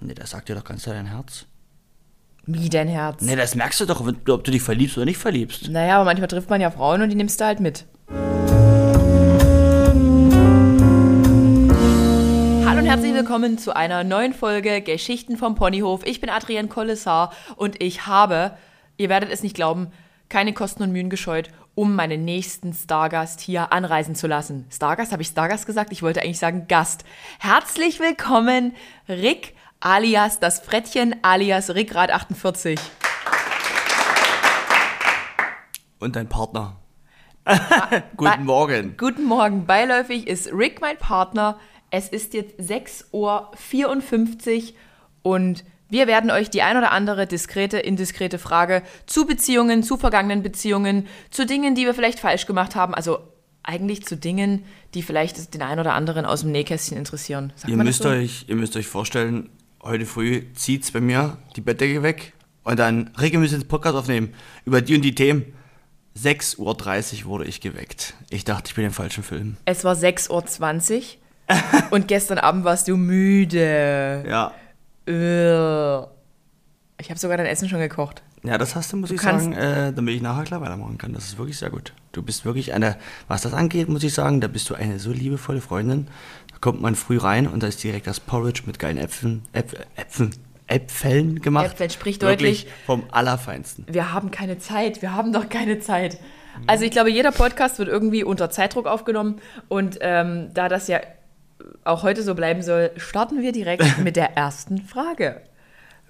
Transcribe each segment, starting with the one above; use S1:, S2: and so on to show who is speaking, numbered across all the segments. S1: Nee, das sagt dir doch ganz klar dein Herz.
S2: Wie dein Herz?
S1: Nee, das merkst du doch, wenn- ob du dich verliebst oder nicht verliebst.
S2: Naja, aber manchmal trifft man ja Frauen und die nimmst du halt mit. Hallo und herzlich willkommen zu einer neuen Folge Geschichten vom Ponyhof. Ich bin Adrienne Kollessar und ich habe, ihr werdet es nicht glauben, keine Kosten und Mühen gescheut, um meinen nächsten Stargast hier anreisen zu lassen. Stargast, habe ich Stargast gesagt? Ich wollte eigentlich sagen Gast. Herzlich willkommen, Rick alias das Frettchen alias Rickrad 48.
S1: Und dein Partner.
S2: Ba-
S1: Guten Morgen.
S2: Guten Morgen, beiläufig ist Rick mein Partner. Es ist jetzt 6.54 Uhr und wir werden euch die ein oder andere diskrete, indiskrete Frage zu Beziehungen, zu vergangenen Beziehungen, zu Dingen, die wir vielleicht falsch gemacht haben, also eigentlich zu Dingen, die vielleicht den einen oder anderen aus dem Nähkästchen interessieren. Sagt
S1: Ihr
S2: man das
S1: müsst,
S2: so?
S1: euch, ihr müsst euch vorstellen, heute früh zieht's bei mir die Bettdecke weg und dann regelmäßig den Podcast aufnehmen über die und die Themen. 6.30 Uhr wurde ich geweckt. Ich dachte, ich bin im falschen Film.
S2: Es war 6.20 Uhr und gestern Abend warst du müde.
S1: Ja.
S2: Ugh. Ich habe sogar dein Essen schon gekocht.
S1: Ja, das hast du, muss ich
S2: kannst-
S1: sagen, äh, damit ich nachher klar weitermachen kann. Das ist wirklich sehr gut. Du bist wirklich eine, was das angeht, muss ich sagen, da bist du eine so liebevolle Freundin. Da kommt man früh rein und da ist direkt das Porridge mit geilen Äpfeln, Äpf- Äpfeln, Äpfeln gemacht.
S2: Äpfeln, sprich
S1: wirklich Vom Allerfeinsten.
S2: wir haben keine Zeit, wir haben doch keine Zeit. Also ich glaube, jeder Podcast wird irgendwie unter Zeitdruck aufgenommen und ähm, da das ja auch heute so bleiben soll, starten wir direkt mit der ersten Frage.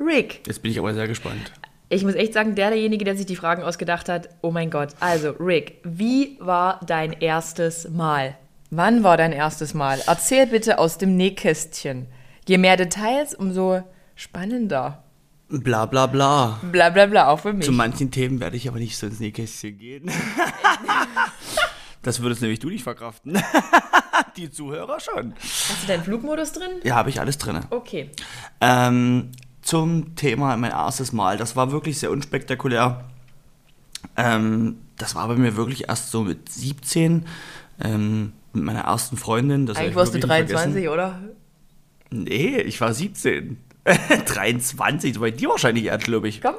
S2: Rick,
S1: Jetzt bin ich aber sehr gespannt.
S2: ich muss echt sagen, der derjenige, der sich die Fragen ausgedacht hat, oh mein Gott. Also Rick, wie war dein erstes Mal? Wann war dein erstes Mal? Erzähl bitte aus dem Nähkästchen. Je mehr Details, umso spannender.
S1: Bla bla bla.
S2: Bla bla bla, auch für mich.
S1: Zu manchen Themen werde ich aber nicht so ins Nähkästchen gehen. das würdest nämlich du nicht verkraften. Die Zuhörer schon.
S2: Hast du deinen Flugmodus drin?
S1: Ja, habe ich alles drinne.
S2: Okay.
S1: Ähm, zum Thema mein erstes Mal. Das war wirklich sehr unspektakulär. Ähm, das war bei mir wirklich erst so mit 17. Ähm, mit meiner ersten Freundin. Das hab
S2: Eigentlich
S1: ich
S2: warst du
S1: wirklich nie
S2: 23,
S1: vergessen.
S2: oder?
S1: Nee, ich war 17. 23, so bei dir wahrscheinlich eher, glaube ich.
S2: Komm.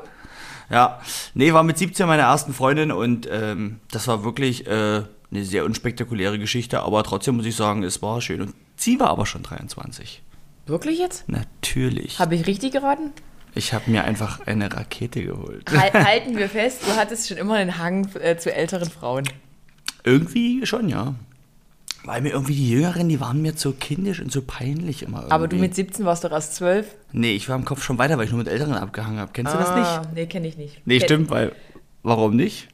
S1: Ja, nee, war mit 17 meine ersten Freundin und ähm, das war wirklich äh, eine sehr unspektakuläre Geschichte, aber trotzdem muss ich sagen, es war schön. Und sie war aber schon 23.
S2: Wirklich jetzt?
S1: Natürlich.
S2: Habe ich richtig geraten?
S1: ich habe mir einfach eine Rakete geholt.
S2: Hal- Halten wir fest, du hattest schon immer einen Hang äh, zu älteren Frauen.
S1: Irgendwie schon, ja. Weil mir irgendwie die Jüngeren, die waren mir zu kindisch und zu peinlich immer. Irgendwie.
S2: Aber du mit 17 warst doch erst 12.
S1: Nee, ich war im Kopf schon weiter, weil ich nur mit Älteren abgehangen habe. Kennst du das nicht?
S2: Ah. Nee, kenne ich nicht.
S1: Nee,
S2: Ken-
S1: stimmt, weil. Warum nicht?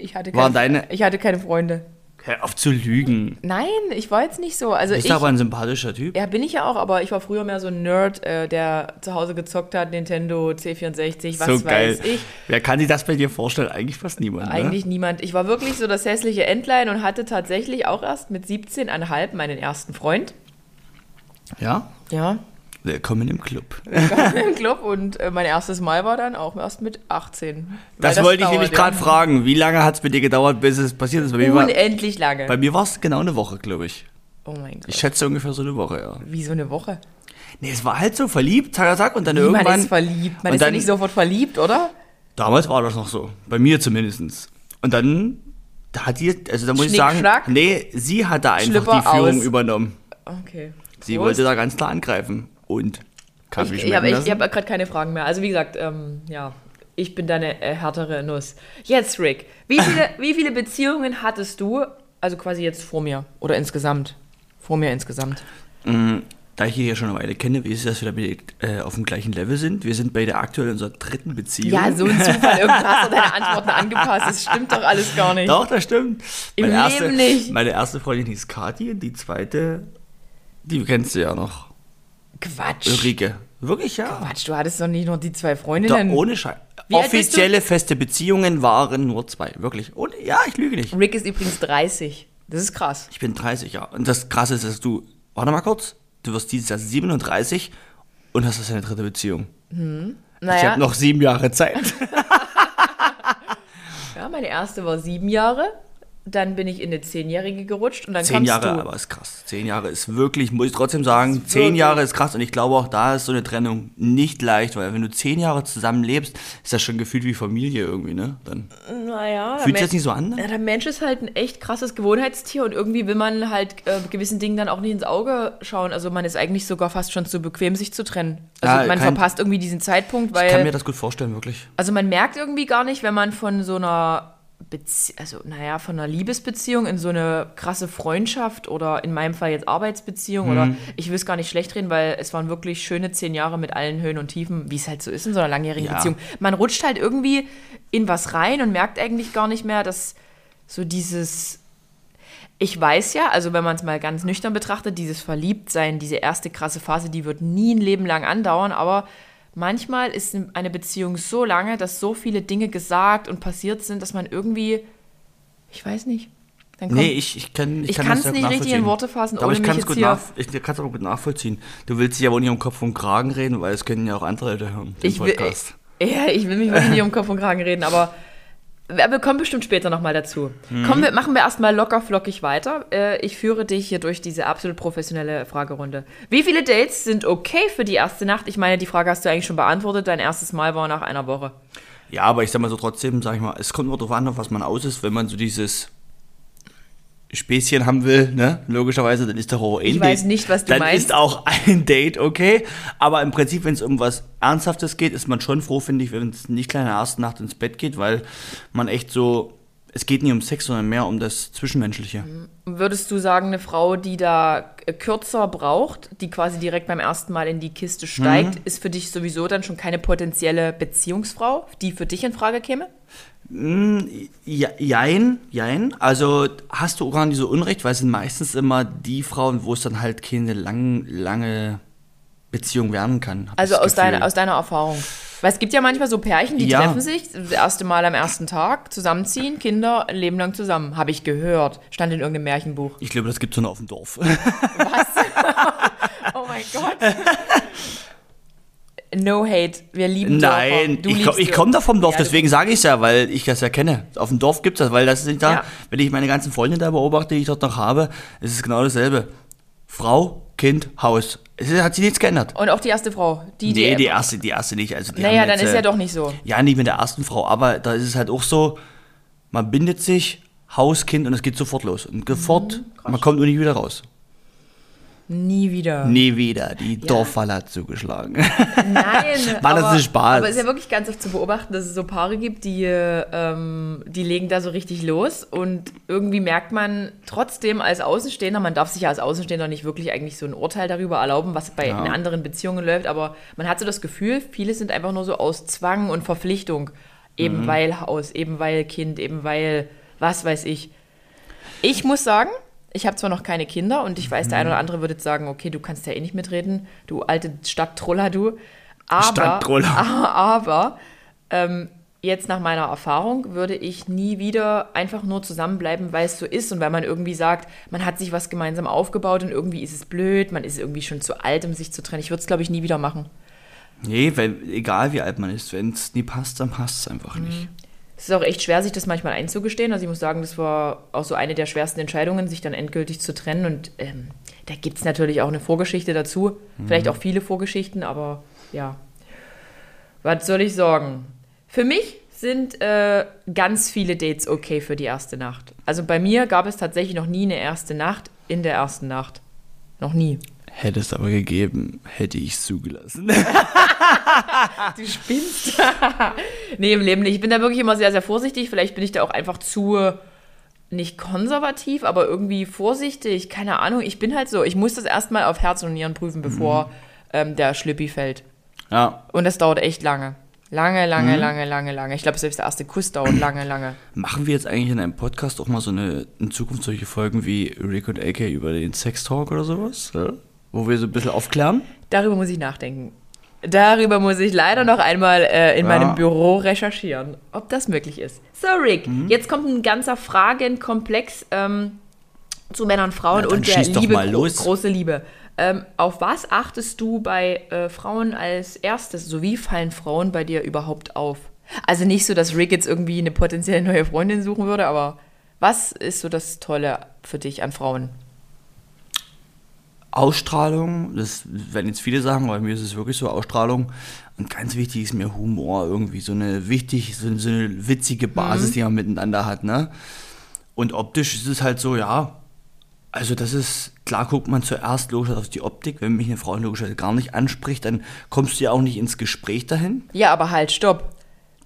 S2: Ich hatte,
S1: Waren
S2: keine,
S1: deine-
S2: ich hatte keine Freunde.
S1: Hör auf zu lügen.
S2: Nein, ich war jetzt nicht so. Also
S1: Ist
S2: Äh, ich,
S1: aber ein sympathischer Typ.
S2: ja, bin ich ja auch, aber ich war früher mehr so ein Nerd, äh, der zu Hause gezockt hat, Nintendo, C64, was
S1: so geil.
S2: weiß ich.
S1: Wer kann sich das bei dir vorstellen? Eigentlich fast niemand. ne?
S2: Eigentlich niemand. Ich war wirklich so das hässliche Entlein und hatte tatsächlich auch erst mit 17,5 meinen ersten Freund.
S1: Ne? Ja?
S2: Ja,
S1: Willkommen im Club.
S2: im Club und äh, mein erstes Mal war dann auch erst mit 18. Weil
S1: Das, wollte ich
S2: dauert
S1: nämlich
S2: ja
S1: gerade fragen. Wie lange hat es bei dir gedauert, bis es passiert ist? Bei mir war,
S2: Unendlich lange.
S1: bei mir war es genau eine Woche, glaube ich.
S2: oh mein Gott.
S1: Ich schätze ungefähr so eine Woche, ja.
S2: Wie so eine Woche.
S1: Nee, es war halt so verliebt, zack, zack, und dann
S2: Man
S1: irgendwann.
S2: ist verliebt. Man
S1: und
S2: ist ja
S1: dann-
S2: nicht sofort verliebt, oder?
S1: Damals war das noch so. Bei mir zumindestens. Und dann da hat die, also da muss ich
S2: Schnick,
S1: sagen,
S2: schnack.
S1: nee, sie hat da einfach
S2: Schlüpper
S1: die Führung
S2: aus.
S1: übernommen.
S2: Okay.
S1: Sie
S2: Prost.
S1: wollte da ganz klar angreifen. Und Kaffee
S2: Ich, ich
S1: schmecken
S2: habe
S1: lassen.
S2: hab gerade keine Fragen mehr. Also wie gesagt, ähm, ja, ich bin deine äh, härtere Nuss. Jetzt, Rick, wie viele, wie viele Beziehungen hattest du, also quasi jetzt vor mir oder insgesamt? Vor mir insgesamt.
S1: Mhm. Da ich dich ja schon eine Weile kenne, weiß ich, dass wir da beide, äh, auf dem gleichen Level sind. Wir sind beide aktuell in unserer dritten Beziehung.
S2: Ja, so ein Zufall. Irgendwann hast du deine Antworten angepasst. Das stimmt doch alles gar nicht.
S1: Doch, das stimmt.
S2: Im
S1: meine erste,
S2: Leben nicht.
S1: Meine erste Freundin hieß Kathi und die zweite, die kennst du ja noch,
S2: Quatsch.
S1: Ulrike. Wirklich, ja.
S2: Quatsch, du hattest doch nicht nur die zwei
S1: Da,
S2: Freundinnen.
S1: ohne Scheiß.
S2: Wie alt bist du?
S1: Offizielle feste Beziehungen waren nur zwei. Wirklich. Ohne, ja, ich lüge nicht.
S2: Rick ist übrigens 30. Das ist krass.
S1: Ich bin 30, ja. Und das Krasse ist, dass du, warte mal kurz, du wirst dieses Jahr 37 und hast das deine dritte Beziehung. Ich
S2: Naja,
S1: habe noch sieben Jahre Zeit.
S2: ja, meine erste war sieben Jahre. Dann bin ich in eine Zehnjährige gerutscht und dann
S1: Zehn
S2: kamst
S1: Jahre,
S2: du.
S1: aber ist krass. Zehn Jahre ist wirklich, muss ich trotzdem sagen, zehn
S2: wirklich-
S1: Jahre ist krass. Und ich glaube auch, da ist so eine Trennung nicht leicht, weil wenn du zehn Jahre zusammen lebst, ist das schon gefühlt wie Familie irgendwie, ne? Dann
S2: Naja,
S1: Fühlt sich das nicht so an, ne?
S2: Ja, der Mensch ist halt ein echt krasses Gewohnheitstier und irgendwie will man halt äh, gewissen Dingen dann auch nicht ins Auge schauen. Also man ist eigentlich sogar fast schon zu bequem, sich zu trennen. Also
S1: Ja,
S2: man
S1: kein-
S2: verpasst irgendwie diesen Zeitpunkt,
S1: ich kann mir
S2: weil
S1: das gut vorstellen, wirklich.
S2: also man merkt irgendwie gar nicht, wenn man von so einer Bezie also naja, von einer Liebesbeziehung in so eine krasse Freundschaft oder in meinem Fall jetzt Arbeitsbeziehung oder ich will es gar nicht schlecht reden, weil es waren wirklich schöne zehn Jahre mit allen Höhen und Tiefen, wie es halt so ist in so einer langjährigen
S1: Ja.
S2: Beziehung. Man rutscht halt irgendwie in was rein und merkt eigentlich gar nicht mehr, dass so dieses ich weiß ja, also wenn man es mal ganz nüchtern betrachtet, dieses Verliebtsein, diese erste krasse Phase, die wird nie ein Leben lang andauern, aber manchmal ist eine Beziehung so lange, dass so viele Dinge gesagt und passiert sind, dass man irgendwie, ich weiß nicht, dann kommt,
S1: Nee, ich, ich kann
S2: Ich
S1: kann
S2: kann's
S1: das sehr
S2: nicht
S1: gut
S2: richtig in
S1: nachvollziehen.
S2: Worte fassen,
S1: Aber
S2: ohne
S1: ich
S2: mich
S1: kann es
S2: jetzt
S1: gut,
S2: hier-
S1: nachv- ich kann's aber gut nachvollziehen. Du willst dich ja wohl nicht um Kopf und Kragen reden, weil es können ja auch andere Leute hören, den
S2: ich will,
S1: Podcast.
S2: ja, ich will mich wirklich nicht um Kopf und Kragen reden, aber wir kommen bestimmt später nochmal dazu. Kommen wir, machen wir erstmal locker flockig weiter. Äh, Ich führe dich hier durch diese absolut professionelle Fragerunde. Wie viele Dates sind okay für die erste Nacht? Ich meine, die Frage hast du eigentlich schon beantwortet. Dein erstes Mal war nach einer Woche.
S1: Ja, aber ich sag mal so trotzdem, sag ich mal, es kommt immer drauf an, auf was man aus ist. Wenn man so dieses Späßchen haben will, ne, logischerweise, dann ist doch auch ein Date.
S2: weiß nicht, was du
S1: dann
S2: meinst.
S1: ist auch ein Date okay. Aber im Prinzip, wenn es um was Ernsthaftes geht, ist man schon froh, finde ich, wenn es nicht gleich in der ersten Nacht ins Bett geht, weil man echt so, es geht nicht um Sex, sondern mehr um das Zwischenmenschliche.
S2: Mhm. Würdest du sagen, eine Frau, die da äh, kürzer braucht, die quasi direkt beim ersten Mal in die Kiste steigt, ist für dich sowieso dann schon keine potenzielle Beziehungsfrau, die für dich in Frage käme?
S1: Ja, jein, jein. Also hast du gar nicht so unrecht, weil es sind meistens immer die Frauen, wo es dann halt keine lang, lange Beziehung werden kann. hab
S2: Also
S1: ich das
S2: aus deiner,
S1: Gefühl.
S2: aus deiner Erfahrung. Weil es gibt ja manchmal so Pärchen, die
S1: Ja.
S2: treffen sich das erste Mal am ersten Tag, zusammenziehen, Kinder ein Leben lang zusammen. Habe ich gehört. Stand in irgendeinem Märchenbuch.
S1: Ich glaube, das gibt es nur noch auf dem Dorf.
S2: Was? oh mein Gott. No hate. Wir lieben Dörfer.
S1: Nein,
S2: Du
S1: ich
S2: liebst
S1: komme ich
S2: Dörfer.
S1: komm da vom Dorf,
S2: Ja, du-
S1: deswegen sage ich es ja, weil ich das ja kenne. Auf dem Dorf gibt es das, weil das ist nicht da.
S2: Ja.
S1: Wenn ich meine ganzen Freunde da beobachte, die ich dort noch habe, ist es genau dasselbe. Frau, Kind, Haus. Es ist- hat sich nichts geändert.
S2: Und auch die erste Frau. Die,
S1: Nee, die
S2: die
S1: erste, die erste nicht. Also die
S2: naja,
S1: haben
S2: dann
S1: jetzt,
S2: ist
S1: äh,
S2: ja doch nicht so.
S1: Ja, nicht mit der ersten Frau, aber da ist es halt auch so, man bindet sich, Haus, Kind und es geht sofort los. Und sofort, man kommt nur nicht wieder raus.
S2: Nie wieder.
S1: Nie wieder, die Dorfwalle hat zugeschlagen.
S2: Nein.
S1: War das
S2: aber,
S1: ein Spaß?
S2: Aber es ist ja wirklich ganz oft zu beobachten, dass es so Paare gibt, die, äh, ähm, die legen da so richtig los und irgendwie merkt man trotzdem als Außenstehender, man darf sich ja als Außenstehender nicht wirklich eigentlich so ein Urteil darüber erlauben, was bei
S1: Ja.
S2: in anderen Beziehungen läuft, aber man hat so das Gefühl, viele sind einfach nur so aus Zwang und Verpflichtung. Eben
S1: Mhm.
S2: weil Haus, eben weil Kind, eben weil was weiß ich. Ich muss sagen, ich habe zwar noch keine Kinder und ich weiß, der eine oder andere würde jetzt sagen, okay, du kannst ja eh nicht mitreden, du alte Stadttroller, du. Aber,
S1: Stadttroller.
S2: aber ähm, jetzt nach meiner Erfahrung würde ich nie wieder einfach nur zusammenbleiben, weil es so ist und weil man irgendwie sagt, man hat sich was gemeinsam aufgebaut und irgendwie ist es blöd, man ist irgendwie schon zu alt, um sich zu trennen. Ich würde es, glaube ich, nie wieder machen.
S1: Nee, weil, egal wie alt man ist, wenn es nie passt, dann passt es einfach nicht.
S2: Es ist auch echt schwer, sich das manchmal einzugestehen. Also ich muss sagen, das war auch so eine der schwersten Entscheidungen, sich dann endgültig zu trennen. Und ähm, da gibt es natürlich auch eine Vorgeschichte dazu. Vielleicht auch viele Vorgeschichten, aber ja. Was soll ich sagen? Für mich sind äh, ganz viele Dates okay für die erste Nacht. Also bei mir gab es tatsächlich noch nie eine erste Nacht in der ersten Nacht. Noch nie.
S1: Hätte es aber gegeben, hätte ich es zugelassen.
S2: Du spinnst. nee, im Leben nicht. Ich bin da wirklich immer sehr, sehr vorsichtig. Vielleicht bin ich da auch einfach zu, äh, nicht konservativ, aber irgendwie vorsichtig. Keine Ahnung. Ich bin halt so. Ich muss das erstmal auf Herz und Nieren prüfen, bevor ähm, der Schlippi fällt.
S1: Ja,
S2: Und das dauert echt lange. Lange, lange, lange, lange, lange. Ich glaube, selbst der erste Kuss dauert lange, lange.
S1: machen wir jetzt eigentlich in einem Podcast auch mal so eine, in Zukunft solche Folgen wie Rick und AK über den Sextalk oder sowas? Ja? Wo wir so ein bisschen aufklären?
S2: Darüber muss ich nachdenken. Darüber muss ich leider noch einmal äh, in
S1: Ja.
S2: meinem Büro recherchieren, ob das möglich ist. So, Rick,
S1: Mhm.
S2: jetzt kommt ein ganzer Fragenkomplex ähm, zu Männern, Frauen
S1: Na, dann
S2: und der
S1: schieß doch
S2: Liebe,
S1: mal los.
S2: Gro große Liebe. Ähm, auf was achtest du bei äh, Frauen als erstes? So wie fallen Frauen Also, bei dir überhaupt auf? Also nicht so, dass Rick jetzt irgendwie eine potenzielle neue Freundin suchen würde, aber Was ist so das Tolle für dich an Frauen?
S1: Ausstrahlung, das werden jetzt viele sagen, aber mir ist es wirklich so Ausstrahlung. Und ganz wichtig ist mir Humor irgendwie, so eine wichtig, so, so eine witzige Basis, die man miteinander hat, ne? Und optisch ist es halt so, ja, also das ist, klar guckt man zuerst logisch auf die Optik, wenn mich eine Frau logischerweise gar nicht anspricht, dann kommst du ja auch nicht ins Gespräch dahin.
S2: Ja, aber halt, stopp.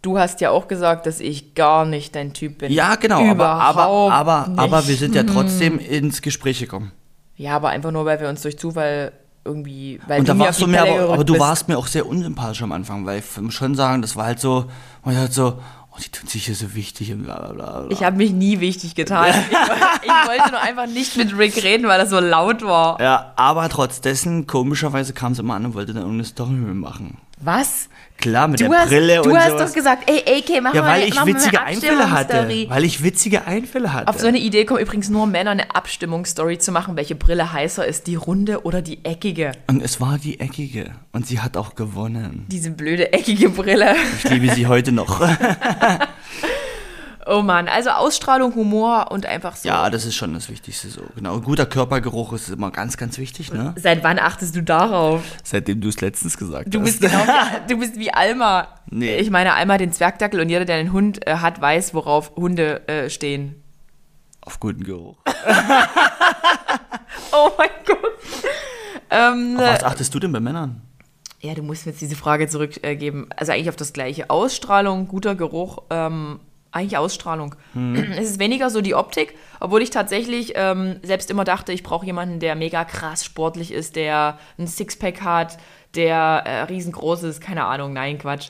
S2: Du hast ja auch gesagt, dass ich gar nicht dein Typ bin.
S1: Ja, genau, aber, aber,
S2: Überhaupt
S1: aber,
S2: nicht.
S1: aber wir sind ja trotzdem ins Gespräch gekommen.
S2: Ja, aber einfach nur, weil wir uns durch Zufall irgendwie. Weil
S1: Und
S2: du
S1: da
S2: mir
S1: warst du
S2: auf die
S1: mir,
S2: Pelle
S1: aber, aber
S2: gerückt
S1: du
S2: bist.
S1: warst mir auch sehr unsympathisch am Anfang, weil ich muss schon sagen, das war halt so, und ich halt so, oh, die tun sich hier so wichtig und bla bla bla. bla.
S2: Ich habe mich nie wichtig getan. Ich, woll- ich wollte nur einfach nicht mit Rick reden, weil das so laut war.
S1: ja, aber trotz dessen, komischerweise kam es immer an und wollte dann irgendeine Story mit mir machen.
S2: Was?
S1: Klar, mit
S2: Du
S1: der
S2: hast,
S1: Brille
S2: du
S1: und
S2: hast
S1: sowas.
S2: doch gesagt, ey, AK, mach
S1: ja,
S2: mal
S1: weil
S2: eine,
S1: ich
S2: mach mal eine
S1: witzige Einfälle hatte.
S2: Abstimmungsstory.
S1: Weil ich witzige Einfälle hatte.
S2: Auf so eine Idee kommen übrigens nur Männer, eine Abstimmungsstory zu machen, welche Brille heißer ist, die runde oder die eckige.
S1: und es war die eckige. Und sie hat auch gewonnen.
S2: Diese blöde eckige Brille.
S1: Ich liebe sie heute noch.
S2: Oh Mann, also Ausstrahlung, Humor und einfach so.
S1: ja, das ist schon das Wichtigste so. Genau. Guter Körpergeruch ist immer ganz, ganz wichtig, ne?
S2: Seit wann achtest du darauf?
S1: Seitdem du es letztens gesagt
S2: Du
S1: hast.
S2: bist genau wie, du bist wie Alma.
S1: Nee.
S2: Ich meine, Alma hat den Zwergdackel und jeder, der einen Hund äh, hat, weiß, worauf Hunde äh, stehen.
S1: Auf guten Geruch.
S2: Oh mein Gott. Ähm,
S1: Auf was achtest du denn bei Männern?
S2: ja, du musst mir jetzt diese Frage zurückgeben. Also eigentlich auf das gleiche. Ausstrahlung, guter Geruch, ähm, eigentlich Ausstrahlung.
S1: Hm.
S2: Es ist weniger so die Optik, obwohl ich tatsächlich ähm, selbst immer dachte, ich brauche jemanden, der mega krass sportlich ist, der ein Sixpack hat, der äh, riesengroß ist, keine Ahnung, nein, Quatsch.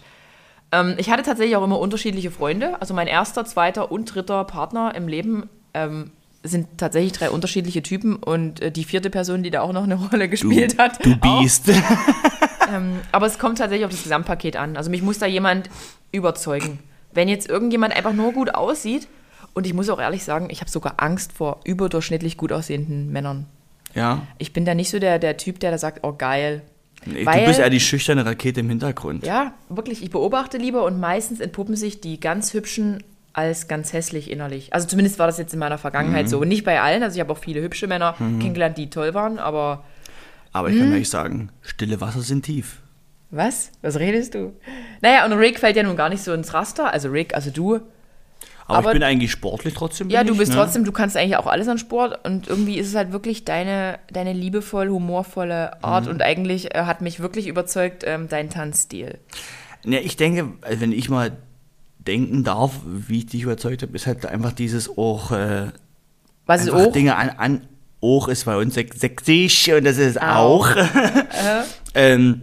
S2: Ähm, ich hatte tatsächlich auch immer unterschiedliche Freunde. Also mein erster, zweiter und dritter Partner im Leben ähm, sind tatsächlich drei unterschiedliche Typen und äh, die vierte Person, die da auch noch eine Rolle gespielt hat.
S1: du
S2: auch.
S1: Biest.
S2: Aber es kommt tatsächlich auf das Gesamtpaket an. Also mich muss da jemand überzeugen. Wenn jetzt irgendjemand einfach nur gut aussieht, und ich muss auch ehrlich sagen, ich habe sogar Angst vor überdurchschnittlich gut aussehenden Männern.
S1: Ja.
S2: Ich bin da nicht so der, der Typ, der da sagt, oh geil.
S1: Nee,
S2: Weil-
S1: du bist ja die schüchterne Rakete im Hintergrund.
S2: Ja, wirklich, ich beobachte lieber und meistens entpuppen sich die ganz hübschen als ganz hässlich innerlich. Also zumindest war das jetzt in meiner
S1: Mhm.
S2: Vergangenheit so. Nicht bei allen, also ich habe auch viele hübsche Männer kennengelernt, die toll waren, aber
S1: Aber
S2: Hm?
S1: ich kann gleich sagen, stille Wasser sind tief.
S2: was? Was redest du? Naja, und Rick fällt ja nun gar nicht so ins Raster. Also Rick, also du,
S1: Aber,
S2: Aber-
S1: ich bin eigentlich sportlich trotzdem.
S2: Ja,
S1: bin
S2: du
S1: ich,
S2: bist
S1: ne?
S2: trotzdem, du kannst eigentlich auch alles an Sport und irgendwie ist es halt wirklich deine, deine liebevoll, humorvolle Art
S1: Mhm.
S2: und eigentlich äh, hat mich wirklich überzeugt ähm, dein Tanzstil.
S1: Ja, ich denke, also wenn ich mal denken darf, wie ich dich überzeugt habe, ist halt einfach dieses auch, äh,
S2: Was ist
S1: einfach
S2: auch?
S1: Dinge an, an auch ist bei uns sex- sächsisch und das ist auch. ähm,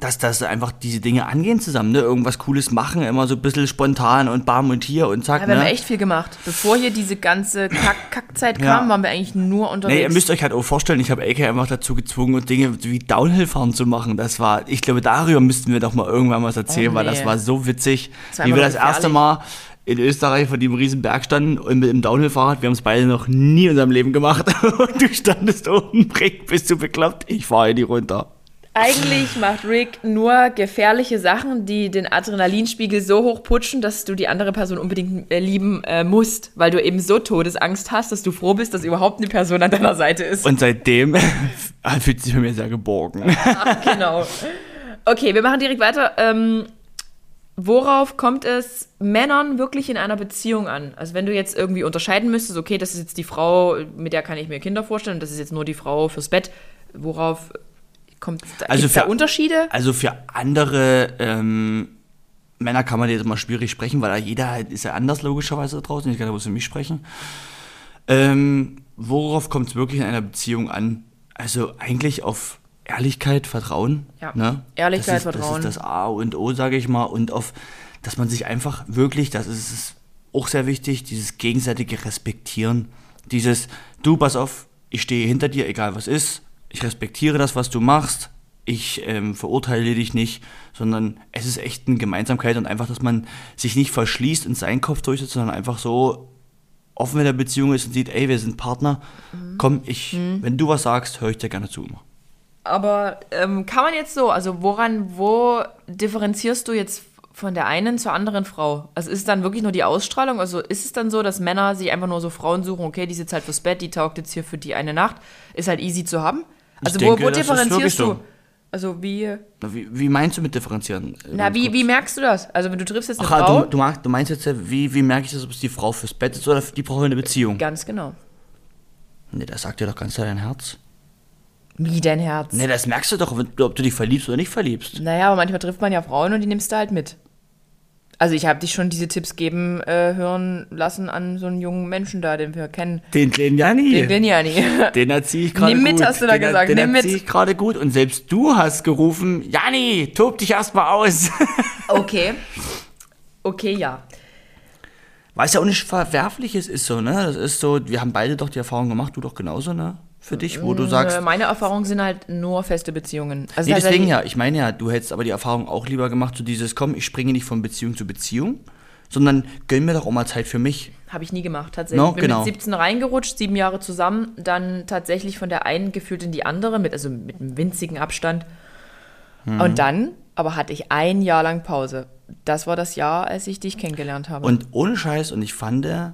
S1: dass das einfach diese Dinge angehen zusammen, ne? Irgendwas Cooles machen, immer so ein bisschen spontan und bam und hier und zack.
S2: Ja, wir
S1: ne?
S2: haben echt viel gemacht. Bevor hier diese ganze Kack Kackzeit
S1: Ja.
S2: kam, waren wir eigentlich nur unterwegs.
S1: Nee, ihr müsst euch halt auch vorstellen, ich habe AK einfach dazu gezwungen, Dinge wie Downhill-Fahren zu machen. Das war, ich glaube, darüber müssten wir doch mal irgendwann was erzählen,
S2: Oh,
S1: weil
S2: nee.
S1: das war so witzig,
S2: Das war
S1: wie wir das
S2: einfach
S1: erste
S2: gefährlich.
S1: Mal in Österreich vor diesem riesen Berg standen und mit dem Downhill-Fahrrad. Wir haben es beide noch nie in unserem Leben gemacht. Und du standest oben, Rick, bist du bekloppt? Ich fahre die runter.
S2: eigentlich macht Rick nur gefährliche Sachen, die den Adrenalinspiegel so hoch putschen, dass du die andere Person unbedingt äh, lieben äh, musst, weil du eben so Todesangst hast, dass du froh bist, dass überhaupt eine Person an deiner Seite ist.
S1: Und seitdem fühlt sich bei mir sehr geborgen.
S2: genau. Okay, wir machen direkt weiter. Ähm, worauf kommt es Männern wirklich in einer Beziehung an? Also wenn du jetzt irgendwie unterscheiden müsstest, okay, das ist jetzt die Frau, mit der kann ich mir Kinder vorstellen, und das ist jetzt nur die Frau fürs Bett. Worauf kommt es
S1: Also
S2: da
S1: für-
S2: Unterschiede?
S1: Also für andere ähm, Männer kann man jetzt mal schwierig sprechen, weil da jeder halt ist ja anders logischerweise da draußen. Ich kann da bloß für mich sprechen. Ähm, worauf kommt es wirklich in einer Beziehung an? Also eigentlich auf Ehrlichkeit, Vertrauen.
S2: Ja.
S1: Ne?
S2: Ehrlichkeit,
S1: das ist,
S2: Vertrauen.
S1: Das ist das A und O, sage ich mal. Und auf, dass man sich einfach wirklich, das ist es auch sehr wichtig, dieses gegenseitige Respektieren. Dieses, du, pass auf, ich stehe hinter dir, egal was ist. Ich respektiere das, was du machst. Ich ähm, verurteile dich nicht, sondern es ist echt eine Gemeinsamkeit und einfach, dass man sich nicht verschließt und seinen Kopf durchsetzt, sondern einfach so offen in der Beziehung ist und sieht, ey, wir sind Partner,
S2: Mhm.
S1: komm, ich, wenn du was sagst, höre ich dir gerne zu. immer.
S2: Aber ähm, kann man jetzt so, also woran, wo differenzierst du jetzt Von der einen zur anderen Frau. Also ist es dann wirklich nur die Ausstrahlung? Also ist es dann so, dass Männer sich einfach nur so Frauen suchen, okay, die sitzt halt fürs Bett, die taugt jetzt hier für die eine Nacht, ist halt easy zu haben? Also wo,
S1: denke,
S2: wo
S1: das ist wirklich
S2: differenzierst du?
S1: so.
S2: Also wie,
S1: Na, Wie, wie meinst du mit differenzieren?
S2: na, wie, wie merkst du das? Also wenn du triffst jetzt eine
S1: Ach, ah,
S2: Frau,
S1: du, du, meinst, du meinst jetzt, ja, wie, wie merke ich das, ob es die Frau fürs Bett ist oder die braucht eine Beziehung?
S2: ganz genau.
S1: Nee, das sagt dir doch ganz klar dein Herz.
S2: Wie dein Herz.
S1: Nee, das merkst du doch, wenn- ob du dich verliebst oder nicht verliebst.
S2: Naja, aber manchmal trifft man ja Frauen und die nimmst du halt mit. Also ich habe dich schon diese Tipps geben äh, hören lassen an so einen jungen Menschen da, den wir kennen.
S1: Den kleinen Janni.
S2: Den bin ja nie.
S1: Den erziehe ich gerade gut.
S2: Nimm mit, hast du da
S1: den, er-
S2: gesagt,
S1: Den
S2: nimm mit.
S1: erziehe ich gerade gut. Und selbst du hast gerufen, Janni, tob dich erstmal aus.
S2: Okay. Okay, ja.
S1: Weil es ja auch nicht Verwerfliches ist so, ne? Das ist so, wir haben beide doch die Erfahrung gemacht, du doch genauso, ne? Für dich, wo du sagst.
S2: Äh, Meine Erfahrungen sind halt nur feste Beziehungen. Also
S1: Nee,
S2: tatsächlich-
S1: deswegen ja, ich meine ja, du hättest aber die Erfahrung auch lieber gemacht, so dieses, komm, ich springe nicht von Beziehung zu Beziehung, sondern gönn mir doch auch mal Zeit für mich.
S2: Habe ich nie gemacht, tatsächlich.
S1: No,
S2: Bin
S1: genau.
S2: mit 17 reingerutscht, sieben Jahre zusammen, dann tatsächlich von der einen gefühlt in die andere, mit, also mit einem winzigen Abstand.
S1: Hm.
S2: Und dann, aber hatte ich ein Jahr lang Pause. Das war das Jahr, als ich dich kennengelernt habe.
S1: Und ohne Scheiß, und ich fand, äh,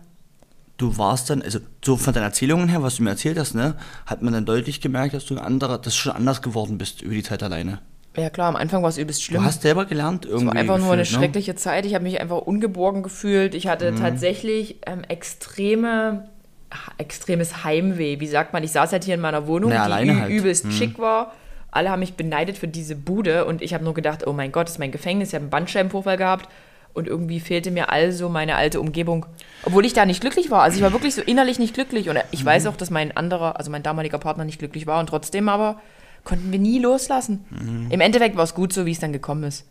S1: du warst dann, also so von deinen Erzählungen her, was du mir erzählt hast, ne, hat man dann deutlich gemerkt, dass du ein anderer, dass du schon anders geworden bist über die Zeit alleine.
S2: ja klar, am Anfang war es übelst schlimm.
S1: Du hast selber gelernt irgendwie.
S2: Es war einfach nur eine
S1: gefühlt, ne? Mhm.
S2: schreckliche Zeit. Ich habe mich einfach ungeborgen gefühlt. Ich hatte tatsächlich ähm, extreme, ha- extremes Heimweh. Wie sagt man? Ich saß halt hier in meiner Wohnung,
S1: Na,
S2: die
S1: alleine
S2: ü-
S1: halt.
S2: übelst schick war. Alle haben mich beneidet für diese Bude und ich habe nur gedacht, oh mein Gott, das ist mein Gefängnis. Ich habe einen Bandscheibenvorfall gehabt und irgendwie fehlte mir also meine alte Umgebung. Obwohl ich da nicht glücklich war. Also ich war wirklich so innerlich nicht glücklich und ich
S1: Mhm.
S2: weiß auch, dass mein anderer, also mein damaliger Partner nicht glücklich war und trotzdem aber konnten wir nie loslassen.
S1: Mhm.
S2: Im Endeffekt war es gut so, wie es dann gekommen ist.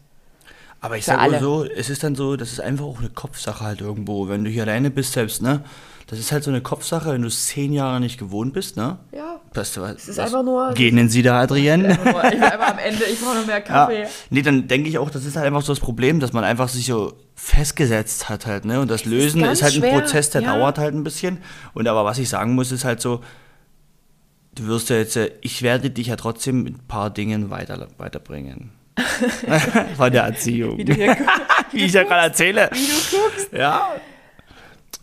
S1: Aber ich
S2: Für
S1: sage
S2: alle.
S1: so, es ist dann so, das ist einfach auch eine Kopfsache halt irgendwo, wenn du hier alleine bist selbst, ne? Das ist halt so eine Kopfsache, wenn du es zehn Jahre nicht gewohnt bist, ne?
S2: Ja.
S1: Das, was, es
S2: ist einfach nur-
S1: Gehen Sie da, Adrienne?
S2: Ich war einfach am Ende, ich brauche noch mehr
S1: Ja.
S2: Kaffee.
S1: Nee, dann denke ich auch, das ist halt einfach so das Problem, dass man einfach sich so festgesetzt hat halt, ne? Und das Lösen
S2: ganz
S1: ist, halt ein
S2: schwer,
S1: Prozess, der
S2: ja.
S1: dauert halt ein bisschen. Und aber was ich sagen muss, ist halt so, du wirst ja jetzt, äh, ich werde dich ja trotzdem mit ein paar Dingen weiter, weiterbringen. Von der Erziehung. Wie,
S2: hier gu-
S1: ich ja gerade erzähle. Wie du guckst. Ja.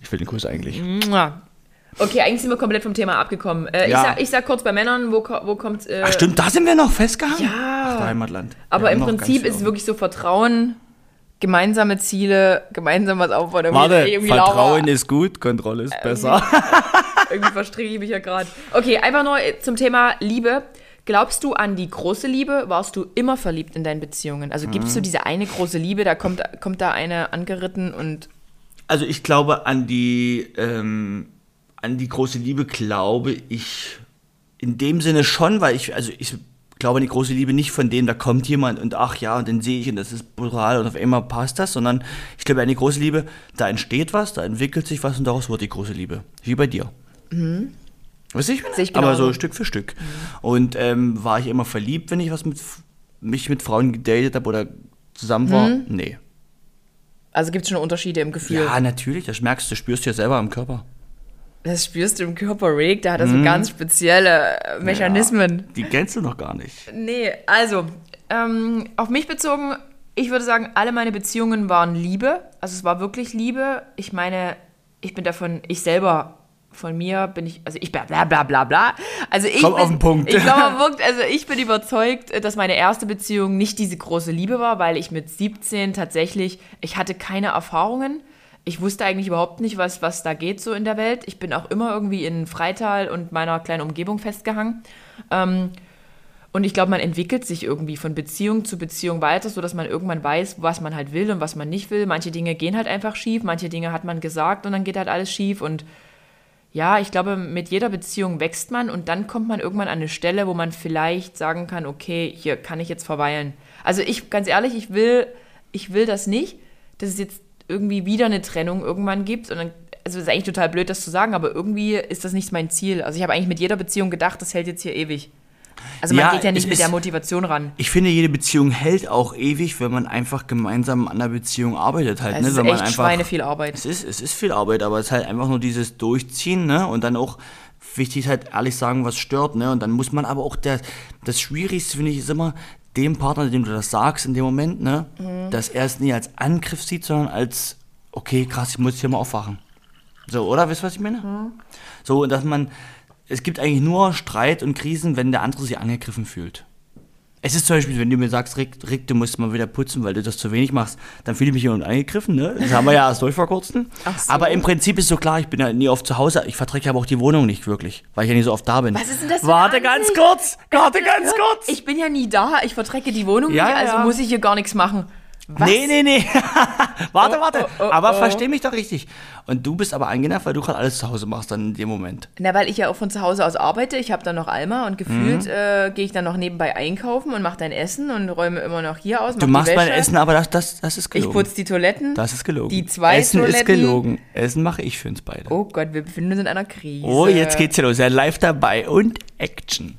S1: Ich will den Kuss eigentlich.
S2: Mua. Okay, eigentlich sind wir komplett vom Thema abgekommen. Äh,
S1: Ja.
S2: ich, sag, ich sag kurz bei Männern, wo, ko- wo kommt. Äh,
S1: Ach stimmt, da sind wir noch festgehangen?
S2: Ja.
S1: Ach, Heimatland.
S2: aber
S1: Wir haben
S2: im
S1: noch ganz
S2: Prinzip
S1: viel
S2: ist es wirklich so Vertrauen, gemeinsame Ziele, gemeinsam was aufbauen. Irgendwie-
S1: Warte,
S2: irgendwie Äh, lauer.
S1: Vertrauen ist gut, Kontrolle ist besser.
S2: Irgendwie verstricke ich mich ja gerade. Okay, einfach nur äh, zum Thema Liebe. Glaubst du an die große Liebe? Warst du immer verliebt in deinen Beziehungen? Also
S1: Mhm.
S2: gibst du diese eine große Liebe, da kommt, kommt da eine angeritten und
S1: Also ich glaube an die ähm, an die große Liebe glaube ich in dem Sinne schon, weil ich also ich glaube an die große Liebe nicht von dem, da kommt jemand und ach ja und den sehe ich und das ist brutal und auf einmal passt das, sondern ich glaube an die große Liebe, da entsteht was, da entwickelt sich was und daraus wird die große Liebe, wie bei dir. Weiß ich,
S2: Mhm. Sehe ich
S1: aber
S2: genauso. Mhm.
S1: so Stück für Stück. Und ähm, war ich immer verliebt, wenn ich was mit mich mit Frauen gedatet habe oder zusammen war?
S2: Mhm.
S1: Nee.
S2: also gibt es schon Unterschiede im Gefühl.
S1: Ja, natürlich, das merkst du, spürst du ja selber am Körper.
S2: Das spürst du im Körper, Rick. Da hat er so ganz spezielle äh, Mechanismen.
S1: Ja, die kennst du noch gar nicht.
S2: Nee, also, ähm, auf mich bezogen, ich würde sagen, alle meine Beziehungen waren Liebe. Also es war wirklich Liebe. Ich meine, ich bin davon, ich selber von mir bin ich, also ich bla bla bla bla bla. Also ich
S1: Komm
S2: bin,
S1: auf den Punkt.
S2: Ich glaube, Punkt, also ich bin überzeugt, dass meine erste Beziehung nicht diese große Liebe war, weil ich mit 17 tatsächlich, ich hatte keine Erfahrungen. Ich wusste eigentlich überhaupt nicht, was, was da geht so in der Welt. Ich bin auch immer irgendwie in Freital und meiner kleinen Umgebung festgehangen. Ähm, und ich glaube, man entwickelt sich irgendwie von Beziehung zu Beziehung weiter, sodass man irgendwann weiß, was man halt will und was man nicht will. Manche Dinge gehen halt einfach schief, manche Dinge hat man gesagt und dann geht halt alles schief. Und ja, ich glaube, mit jeder Beziehung wächst man und dann kommt man irgendwann an eine Stelle, wo man vielleicht sagen kann, okay, hier kann ich jetzt verweilen. Also ich, ganz ehrlich, ich will, ich will das nicht, dass es jetzt irgendwie wieder eine Trennung irgendwann gibt. Und dann, also es ist eigentlich total blöd, das zu sagen, aber irgendwie ist das nicht mein Ziel. Also ich habe eigentlich mit jeder Beziehung gedacht, das hält jetzt hier ewig. Also man
S1: Ja,
S2: geht ja
S1: es
S2: nicht mit der
S1: ist-
S2: Motivation ran.
S1: Ich finde, jede Beziehung hält auch ewig, wenn man einfach gemeinsam an der Beziehung arbeitet halt.
S2: Es
S1: ne?
S2: ist
S1: wenn man
S2: echt
S1: einfach,
S2: Schweine viel Arbeit.
S1: Es ist, es ist viel Arbeit, aber es ist halt einfach nur dieses Durchziehen, ne? Und dann auch wichtig ist halt ehrlich sagen, was stört, ne? Und dann muss man aber auch der, das Schwierigste, finde ich, ist immer dem Partner, dem du das sagst in dem Moment, ne,
S2: Mhm.
S1: dass er es nie als Angriff sieht, sondern als, okay, krass, ich muss hier mal aufwachen. So, oder? Wisst ihr, was ich
S2: Mhm.
S1: meine? So, dass man, es gibt eigentlich nur Streit und Krisen, wenn der andere sich angegriffen fühlt. Es ist zum Beispiel, wenn du mir sagst, Rick, Rick du musst mal wieder putzen, weil du das zu wenig machst, dann fühle ich mich hier unten angegriffen, ne? Das haben wir ja erst durch vor kurzem.
S2: Ach so.
S1: Aber im Prinzip ist so klar, ich bin ja nie oft zu Hause, ich verträge aber auch die Wohnung nicht wirklich, weil ich ja nicht so oft da bin.
S2: Was ist denn das für eine
S1: Warte ganz
S2: Ansicht?
S1: kurz! Warte ganz kurz!
S2: Ich bin ja nie da, ich vertrecke die Wohnung
S1: Ja,
S2: nicht, also
S1: ja.
S2: muss ich hier gar nichts machen. Was?
S1: Nee, nee, nee. warte, warte.
S2: oh, oh,
S1: aber
S2: oh.
S1: versteh mich doch richtig. Und du bist aber angenervt, weil du gerade alles zu Hause machst dann in dem Moment.
S2: Na, weil ich ja auch von zu Hause aus arbeite, ich habe dann noch Alma und gefühlt
S1: Mhm.
S2: äh, gehe ich dann noch nebenbei einkaufen und mache dein Essen und räume immer noch hier aus.
S1: Du
S2: mach die
S1: machst mein
S2: Wäsche.
S1: Essen, aber das, das, das ist gelogen.
S2: Ich putze die Toiletten.
S1: das ist gelogen.
S2: Die zwei
S1: Essen ist
S2: Toiletten.
S1: gelogen. Essen mache ich für uns beide.
S2: Oh Gott, wir befinden uns in einer Krise.
S1: Oh, jetzt geht's hier los. Ja, live dabei und Action.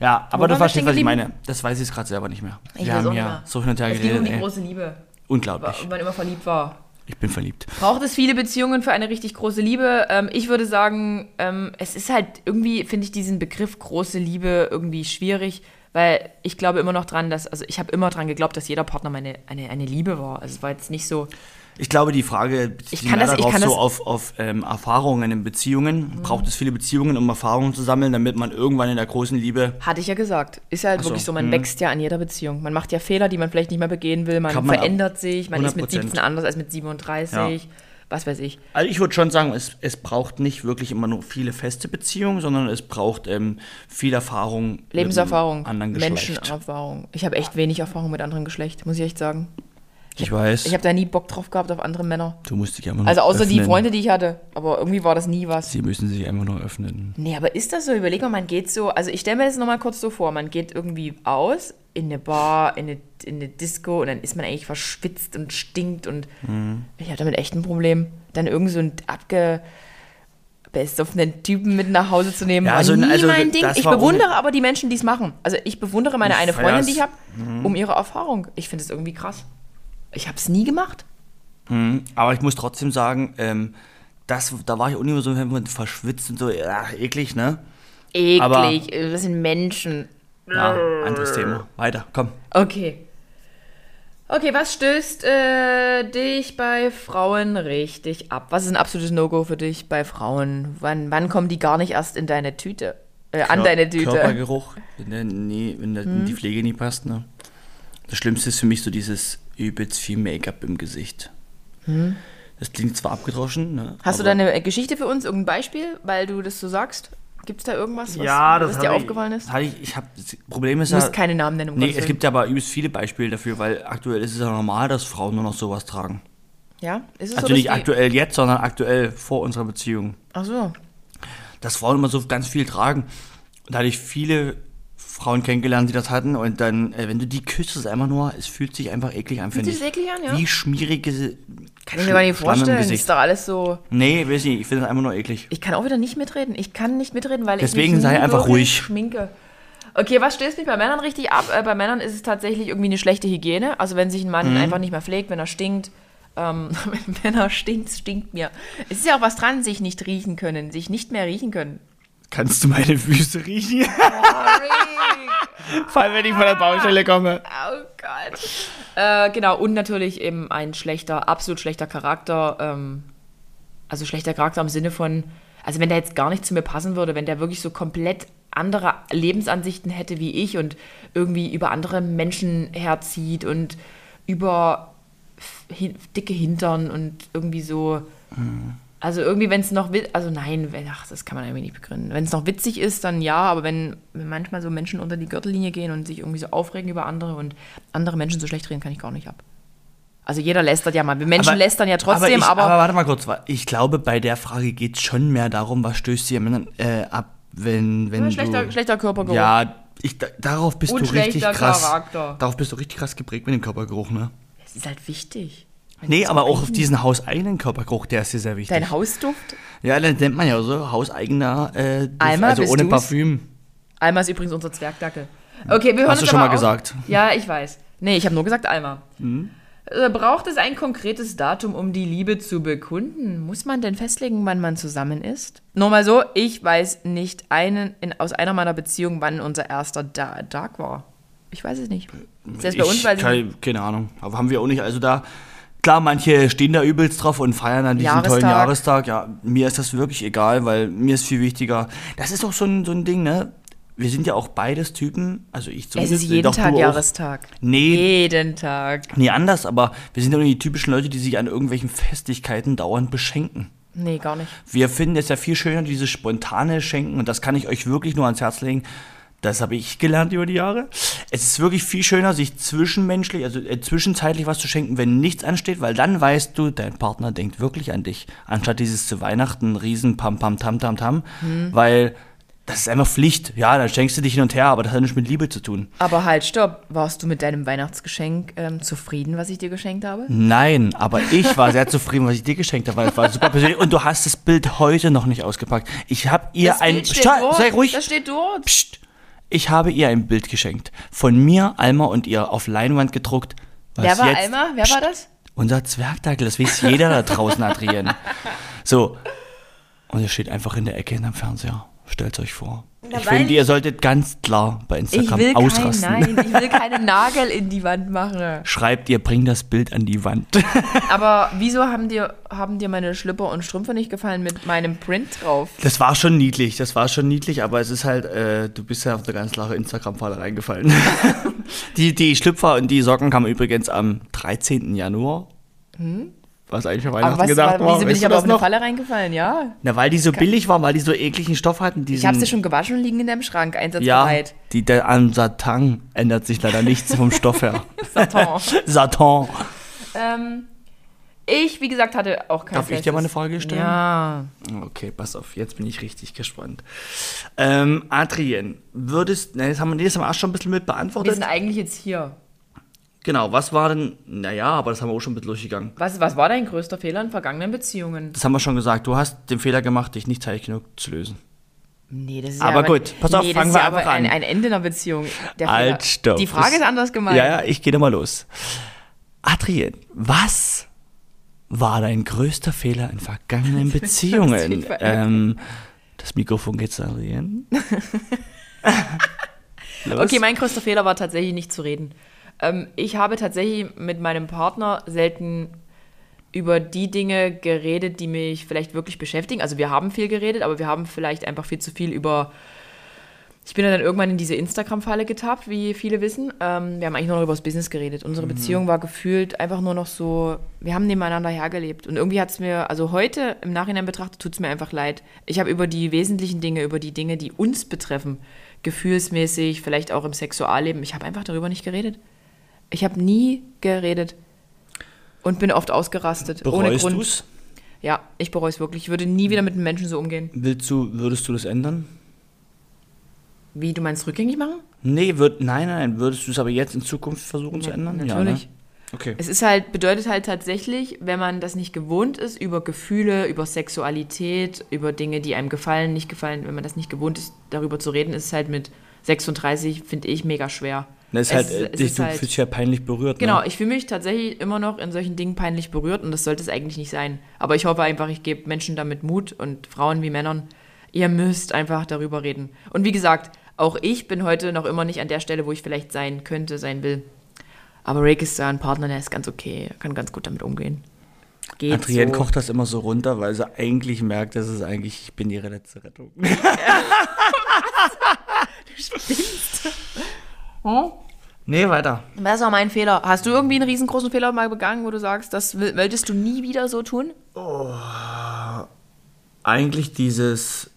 S1: Ja, aber
S2: waren
S1: du
S2: wir
S1: verstehst, was ich
S2: stehen
S1: meine. Das weiß ich jetzt gerade selber nicht mehr. wir
S2: Ich weiß auch
S1: haben
S2: nicht
S1: ja
S2: mehr.
S1: so hin und her
S2: Es ging um
S1: geredet.
S2: die
S1: ey.
S2: große Liebe,
S1: Unglaublich.
S2: wo man immer verliebt war.
S1: Ich bin verliebt.
S2: Braucht es viele Beziehungen für eine richtig große Liebe? Ähm, ich würde sagen, ähm, es ist halt irgendwie, finde ich diesen Begriff große Liebe irgendwie schwierig, weil ich glaube immer noch dran, dass, also ich habe immer dran geglaubt, dass jeder Partner meine, eine, eine Liebe war. Also es war jetzt nicht so,
S1: Ich glaube, die Frage bezieht
S2: Ich
S1: sich
S2: kann
S1: mehr
S2: das- ich
S1: darauf
S2: kann
S1: so
S2: das- Mhm.
S1: auf, auf ähm, Erfahrungen in Beziehungen. Braucht es viele Beziehungen, um Erfahrungen zu sammeln, damit man irgendwann in der großen Liebe
S2: hatte ich ja gesagt. Ist ja halt
S1: so, Mhm.
S2: wirklich so, man wächst ja an jeder Beziehung. Man macht ja Fehler, die man vielleicht nicht mehr begehen will, man,
S1: Kann man ab-
S2: verändert sich, man ist mit
S1: 100%.
S2: 17 anders als mit 37, was weiß ich.
S1: Also ich würde schon sagen, es, es braucht nicht wirklich immer nur viele feste Beziehungen, sondern es braucht ähm, viel Erfahrung. mit einem
S2: Lebenserfahrung,
S1: Anderen Geschlecht.
S2: Menschenerfahrung. Ich habe echt wenig Erfahrung mit anderem Geschlecht, muss ich echt sagen.
S1: Ich weiß.
S2: Ich habe da nie Bock drauf gehabt auf andere Männer.
S1: du musst dich einfach nur
S2: Also außer die
S1: Hm. öffnen.
S2: Freunde, die ich hatte. Aber irgendwie war das nie was.
S1: Sie müssen sich einfach nur öffnen.
S2: Nee, aber ist das so? Überleg mal, man geht so, also ich stelle mir das nochmal kurz so vor, man geht irgendwie aus in eine Bar, in eine, in eine Disco und dann ist man eigentlich verschwitzt und stinkt und
S1: Mhm.
S2: ich habe damit echt ein Problem. Dann irgend so einen abgebesoffenen Typen mit nach Hause zu nehmen,
S1: Ja,
S2: war
S1: also-
S2: nie
S1: also
S2: mein Ding.
S1: das
S2: Ich
S1: war auch
S2: bewundere aber die Menschen, die es machen. Also ich bewundere meine eine
S1: Ja,
S2: Freundin,
S1: das- Mhm.
S2: die ich habe, um ihre Erfahrung. Ich finde es irgendwie krass. Ich habe es nie gemacht.
S1: Aber ich muss trotzdem sagen, ähm, das, da war ich auch nicht mehr so wenn man verschwitzt und so, ja, eklig, ne?
S2: Eklig,
S1: Aber-
S2: äh, das sind Menschen.
S1: Ja, anderes Thema. Weiter, komm.
S2: Okay. Okay, was stößt äh, dich bei Frauen richtig ab? Was ist ein absolutes No-Go für dich bei Frauen? Wann, wann kommen die gar nicht erst in deine Tüte? Äh, an deine Tüte. Hm.
S1: Körpergeruch, wenn der, nie, wenn der, die Pflege nie passt, ne? Das Schlimmste ist für mich so dieses übelst viel Make-up im Gesicht. Das klingt zwar abgedroschen, ne?
S2: Hm. Hast du
S1: aber-
S2: da eine Geschichte für uns, irgendein Beispiel, weil du das so sagst? Gibt es da irgendwas, was, was dir
S1: hab ich-
S2: aufgefallen ist?
S1: Hatte ich, ich hab, das Problem ist
S2: Du
S1: ja,
S2: musst keine Namen nennen, um
S1: nee,
S2: Gottes
S1: es gibt ja aber übelst viele Beispiele dafür, weil aktuell ist es ja normal, dass Frauen nur noch sowas tragen.
S2: Willen. Ja? Ist es
S1: Also
S2: so,
S1: nicht
S2: dass die-
S1: aktuell jetzt, sondern aktuell vor unserer Beziehung.
S2: Ach so.
S1: dass Frauen immer so ganz viel tragen. Und da hatte ich viele Frauen kennengelernt, die das hatten. Und dann, äh, wenn du die küsst, ist es einfach nur, es fühlt sich einfach eklig an, finde
S2: sich
S1: ich.
S2: eklig an, ja.
S1: Wie schmierige
S2: Kann ich mir gar nicht
S1: Schlangen im
S2: vorstellen. Ist
S1: Gesicht.
S2: doch alles so.
S1: Nee, weiß nicht, ich finde es einfach nur eklig.
S2: Ich kann auch wieder nicht mitreden. Ich kann nicht mitreden, weil ich
S1: Deswegen
S2: mich
S1: sei
S2: nie
S1: einfach
S2: wirklich
S1: ruhig.
S2: Schminke. Okay, was stößt mich bei Männern richtig ab? Äh, bei Männern ist es tatsächlich irgendwie eine schlechte Hygiene. Also wenn sich ein
S1: Mhm.
S2: Mann einfach nicht mehr pflegt, wenn er stinkt. Ähm, wenn Männer stinkt, stinkt mir. Es ist ja auch was dran, sich nicht riechen können, sich nicht mehr riechen können.
S1: Kannst du meine Füße riechen?
S2: oh
S1: Vor allem, wenn ich von der Baustelle komme.
S2: Gott. Äh, genau, und natürlich eben ein schlechter, absolut schlechter Charakter. Ähm, also schlechter Charakter im Sinne von, also wenn der jetzt gar nicht zu mir passen würde, wenn der wirklich so komplett andere Lebensansichten hätte wie ich und irgendwie über andere Menschen herzieht und über f- hin, dicke Hintern und irgendwie so. Also irgendwie, wenn es noch wit- also nein, wenn, ach, das kann man irgendwie nicht begründen. Wenn es noch witzig ist, dann ja, aber wenn, wenn manchmal so Menschen unter die Gürtellinie gehen und sich irgendwie so aufregen über andere und andere Menschen so schlecht reden, kann ich gar nicht ab. Also jeder lästert ja mal. Wir Menschen lästern ja trotzdem,
S1: ich,
S2: aber,
S1: aber warte mal kurz, wa- ich glaube, bei der Frage geht es schon mehr darum, was stößt dir Männern äh, ab, wenn, wenn
S2: Ja,
S1: du...
S2: schlechter- schlechter Körpergeruch.
S1: Ja, ich, da, darauf bist
S2: Und
S1: du richtig
S2: schlechter
S1: krass...
S2: Charakter.
S1: Darauf bist du richtig krass geprägt mit dem Körpergeruch, ne?
S2: Es ist halt wichtig.
S1: Nee, aber auch auf diesen hauseigenen Körpergeruch, der ist dir sehr wichtig.
S2: Dein Hausduft?
S1: ja, das nennt man ja so hauseigener, äh, Duft,
S2: Alma,
S1: also
S2: bist
S1: ohne
S2: du's?
S1: Parfüm.
S2: Alma ist übrigens unser Zwergdackel. Okay, wir hören
S1: Hm. Hast
S2: uns
S1: du schon
S2: aber
S1: mal
S2: auf.
S1: gesagt. Hm.
S2: Ja, ich weiß. Nee, ich habe nur gesagt Alma. Äh, Braucht es ein konkretes Datum, um die Liebe zu bekunden? Muss man denn festlegen, wann man zusammen ist? Nur mal so, ich weiß nicht einen, in, aus einer meiner Beziehungen, wann unser erster da Tag war. Ich weiß es nicht. Selbst bei uns weiß ich
S1: keine,
S2: nicht.
S1: Also keine Ahnung. Aber haben wir auch nicht. Also da, klar, manche stehen da übelst drauf und feiern dann diesen tollen
S2: Jahrestag.
S1: Jahrestag. Ja, mir ist das wirklich egal, weil mir ist viel wichtiger. Das ist auch so ein, so ein Ding, ne? Wir sind ja auch beides Typen. Also ich
S2: Es
S1: zumindest.
S2: ist jeden
S1: doch du
S2: Tag
S1: auch.
S2: Jahrestag.
S1: Nee,
S2: Jeden Tag.
S1: nee, anders, aber wir sind ja nicht die typischen Leute, die sich an irgendwelchen Festigkeiten dauernd beschenken.
S2: Nee, gar nicht.
S1: Wir finden es ja viel schöner, dieses spontane Schenken. Und das kann ich euch wirklich nur ans Herz legen. Das habe ich gelernt über die Jahre. Es ist wirklich viel schöner, sich zwischenmenschlich, also äh, zwischenzeitlich was zu schenken, wenn nichts ansteht, weil dann weißt du, dein Partner denkt wirklich an dich. Anstatt dieses zu Weihnachten riesen Pam Pam Tam Tam Tam.
S2: Mhm.
S1: Weil das ist einfach Pflicht. Ja, dann schenkst du dich hin und her, aber das hat nichts mit Liebe zu tun.
S2: Aber halt, stopp. Warst du mit deinem Weihnachtsgeschenk ähm, zufrieden, was ich dir geschenkt habe?
S1: Hm. Nein, aber ich war sehr zufrieden, was ich dir geschenkt habe, weil es war super persönlich. Und du hast das Bild heute noch nicht ausgepackt. Ich habe ihr
S2: Das
S1: ein.
S2: Bild steht
S1: Stopp,
S2: dort.
S1: sei ruhig.
S2: Das steht dort.
S1: Psst. Ich habe ihr ein Bild geschenkt. Von mir, Alma und ihr auf Leinwand gedruckt. Was
S2: Wer war
S1: jetzt-
S2: Alma? Wer war
S1: Psst.
S2: das?
S1: Unser Zwergdackel, das weiß jeder da draußen, Adrian. So. Und er steht einfach in der Ecke hinterm Fernseher. Stellt euch vor. ich
S2: weil-
S1: finde, ihr solltet ganz klar bei
S2: Ich
S1: Instagram
S2: will, kein,
S1: ausrasten.
S2: nein, ich will keine Nagel in die Wand machen.
S1: Schreibt, ihr bringt das Bild an die Wand.
S2: Aber wieso haben dir, haben dir meine Schlipper und Strümpfe nicht gefallen mit meinem Print drauf?
S1: Das war schon niedlich, das war schon niedlich, aber es ist halt, äh, du bist ja auf eine ganz klare Instagram-Falle reingefallen. die, die Schlüpfer und die Socken kamen übrigens am 13. Januar. Was eigentlich für Weihnachten
S2: Hm? Aber was,
S1: gedacht
S2: war,
S1: war.
S2: wieso bin
S1: weißt
S2: ich
S1: du
S2: aber
S1: das
S2: auf eine
S1: noch?
S2: Falle reingefallen? Ja.
S1: Na, weil die so billig waren, weil die so ekligen Stoff hatten. Diesen,
S2: Ich habe sie schon gewaschen und liegen in deinem Schrank
S1: Ja,
S2: einsatzbereit.
S1: die, der, am Satan ändert sich leider nichts vom Stoff her.
S2: Satan.
S1: Satan.
S2: ähm, ich, wie gesagt, hatte auch kein
S1: Darf ich dir mal eine Frage stellen?
S2: Ja.
S1: Okay, pass auf, jetzt bin ich richtig gespannt. Ähm, Adrien, würdest, ne, das haben wir, nee, das haben wir auch schon ein bisschen mit
S2: Wir
S1: beantwortet.
S2: sind eigentlich jetzt hier.
S1: Genau, was war denn, naja, aber das haben wir auch schon mit durchgegangen.
S2: Was, was war dein größter Fehler in vergangenen Beziehungen?
S1: Das haben wir schon gesagt, du hast den Fehler gemacht, dich nicht zeitig genug zu lösen.
S2: Nee, das ist
S1: Aber gut, pass auf,
S2: das
S1: fangen
S2: ist
S1: wir
S2: ja aber
S1: einfach an.
S2: Ein, ein Ende einer Beziehung. Der Fehler.
S1: Alt, Halt, stopp.
S2: Die Frage ist anders gemeint.
S1: Ja, ja, ich gehe da mal los. Adrien, was war dein größter Fehler in vergangenen Beziehungen?
S2: verrückt.
S1: ähm, das Mikrofon geht zu Adrien. Los.
S2: Okay, mein größter Fehler war tatsächlich nicht zu reden. Ähm, ich habe tatsächlich mit meinem Partner selten über die Dinge geredet, die mich vielleicht wirklich beschäftigen. Also wir haben viel geredet, aber wir haben vielleicht einfach viel zu viel über. Ich bin ja dann irgendwann in diese Instagram-Falle getappt, wie viele wissen. Ähm, wir haben eigentlich nur noch über das Business geredet. Unsere
S1: Mhm.
S2: Beziehung war gefühlt einfach nur noch so, wir haben nebeneinander hergelebt. Und irgendwie hat es mir, also heute im Nachhinein betrachtet, tut es mir einfach leid. Ich habe über die wesentlichen Dinge, über die Dinge, die uns betreffen, gefühlsmäßig, vielleicht auch im Sexualleben, ich habe einfach darüber nicht geredet. Ich habe nie geredet und bin oft ausgerastet. ohne
S1: Bereust
S2: Grund.
S1: du's?
S2: Ja, ich bereue es wirklich. Ich würde nie wieder mit einem Menschen so umgehen.
S1: Willst du, würdest du das ändern?
S2: Wie, du meinst rückgängig machen?
S1: Nee, würd, nein, nein, würdest du es aber jetzt in Zukunft versuchen Um zu ändern?
S2: natürlich.
S1: Ja, ne? Okay.
S2: Es ist halt, bedeutet halt tatsächlich, wenn man das nicht gewohnt ist, über Gefühle, über Sexualität, über Dinge, die einem gefallen, nicht gefallen, wenn man das nicht gewohnt ist, darüber zu reden, ist es halt mit 36, finde ich, mega schwer.
S1: Na, ist
S2: Es
S1: halt,
S2: ist-
S1: äh,
S2: es
S1: dich,
S2: ist
S1: du
S2: halt-
S1: fühlst dich ja peinlich berührt.
S2: Genau,
S1: Ne?
S2: ich fühle mich tatsächlich immer noch in solchen Dingen peinlich berührt und das sollte es eigentlich nicht sein. Aber ich hoffe einfach, ich gebe Menschen damit Mut und Frauen wie Männern, ihr müsst einfach darüber reden. Und wie gesagt, auch ich bin heute noch immer nicht an der Stelle, wo ich vielleicht sein könnte, sein will. Aber Rick ist da ein Partner, der ist ganz okay, kann ganz gut damit umgehen. Geht
S1: Adrienne
S2: eh so.
S1: kocht das immer so runter, weil sie eigentlich merkt, dass es eigentlich, ich bin ihre letzte Rettung.
S2: Hm?
S1: nee, weiter.
S2: Das war mein Fehler. Hast du irgendwie einen riesengroßen Fehler mal begangen, wo du sagst, das will- wolltest du nie wieder so tun?
S1: Eigentlich dieses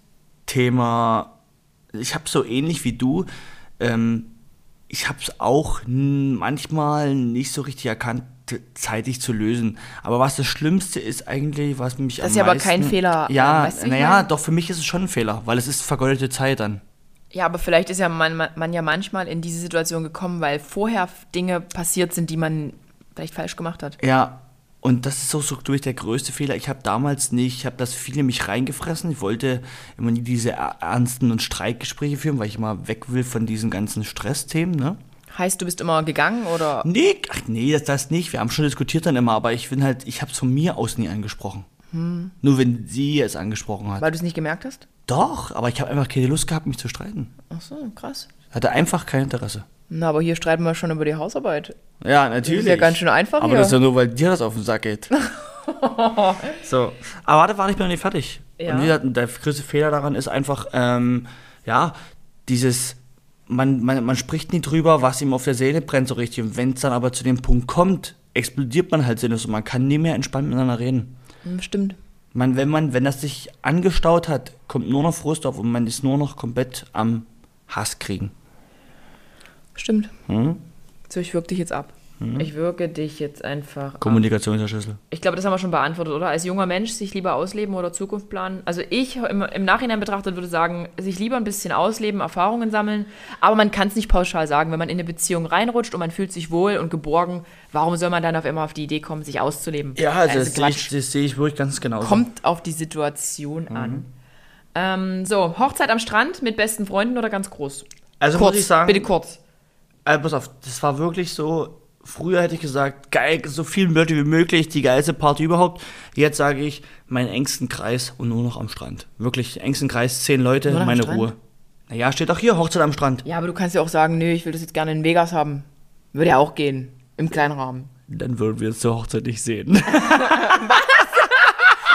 S1: Thema, ich habe so ähnlich wie du, ähm, ich habe es auch n- manchmal nicht so richtig erkannt, t- zeitig zu lösen. Aber was das Schlimmste ist eigentlich, was mich am
S2: ist ja aber
S1: meisten-
S2: kein Fehler, ähm,
S1: Ja,
S2: weißt du, wie ich
S1: naja,
S2: meine?
S1: doch für mich ist es schon ein Fehler, weil es ist vergoldete Zeit dann.
S2: Ja, aber vielleicht ist ja man, man, man ja manchmal in diese Situation gekommen, weil vorher Dinge passiert sind, die man vielleicht falsch gemacht hat.
S1: Ja, und das ist auch so durch der größte Fehler. Ich habe damals nicht, ich habe das viele mich reingefressen. Ich wollte immer nie diese er- ernsten und Streitgespräche führen, weil ich mal weg will von diesen ganzen Stressthemen, ne?
S2: Heißt, du bist immer gegangen oder?
S1: Nee, ach nee, das, das nicht. Wir haben schon diskutiert dann immer, aber ich bin halt, ich habe es von mir aus nie angesprochen. Nur wenn sie es angesprochen hat.
S2: Weil du es nicht gemerkt hast?
S1: Doch, aber ich habe einfach keine Lust gehabt, mich zu streiten.
S2: Ach so, krass.
S1: Hatte einfach kein Interesse.
S2: Na, aber hier streiten wir schon über die Hausarbeit.
S1: Ja, natürlich.
S2: Das ist ja ganz schön einfach
S1: Aber
S2: hier.
S1: das ist ja nur, weil dir das auf den Sack geht. so. Aber da war ich mir noch nicht fertig.
S2: Ja.
S1: Und wie gesagt, der größte Fehler daran ist einfach, ähm, ja, dieses, man, man, man spricht nie drüber, was ihm auf der Seele brennt so richtig. Und wenn es dann aber zu dem Punkt kommt, explodiert man halt sinnlos und man kann nie mehr entspannt miteinander reden.
S2: Hm, Stimmt.
S1: Man, wenn man, wenn das sich angestaut hat, kommt nur noch Frust auf und man ist nur noch komplett am Hass kriegen.
S2: Stimmt.
S1: Hm?
S2: So, ich wirke dich jetzt ab. Ich wirke dich jetzt einfach ab.
S1: Kommunikation ist der Schlüssel.
S2: Ich glaube, das haben wir schon beantwortet, oder? Als junger Mensch sich lieber ausleben oder Zukunft planen. Also ich im, im Nachhinein betrachtet würde sagen, sich lieber ein bisschen ausleben, Erfahrungen sammeln. Aber man kann es nicht pauschal sagen. Wenn man in eine Beziehung reinrutscht und man fühlt sich wohl und geborgen, warum soll man dann auf immer auf die Idee kommen, sich auszuleben?
S1: Ja, also, das, sehe
S2: Quatsch.
S1: ich, das sehe ich wirklich ganz genau.
S2: Kommt auf die Situation
S1: Mhm.
S2: an. Ähm, so, Hochzeit am Strand mit besten Freunden oder ganz groß?
S1: Also
S2: kurz,
S1: muss ich sagen,
S2: bitte kurz.
S1: Äh, pass auf, das war wirklich so. Früher hätte ich gesagt, geil, so viele Leute wie möglich, die geilste Party überhaupt. Jetzt sage ich, meinen engsten Kreis und nur noch am Strand. Wirklich, engsten Kreis, zehn Leute,
S2: Nur noch am
S1: meine
S2: Strand?
S1: Ruhe. Naja, steht auch hier, Hochzeit am Strand.
S2: Ja, aber du kannst ja auch sagen, nö, ich will das jetzt gerne in Vegas haben. Würde ja auch gehen. Im kleinen Rahmen.
S1: Dann würden wir uns zur Hochzeit nicht sehen.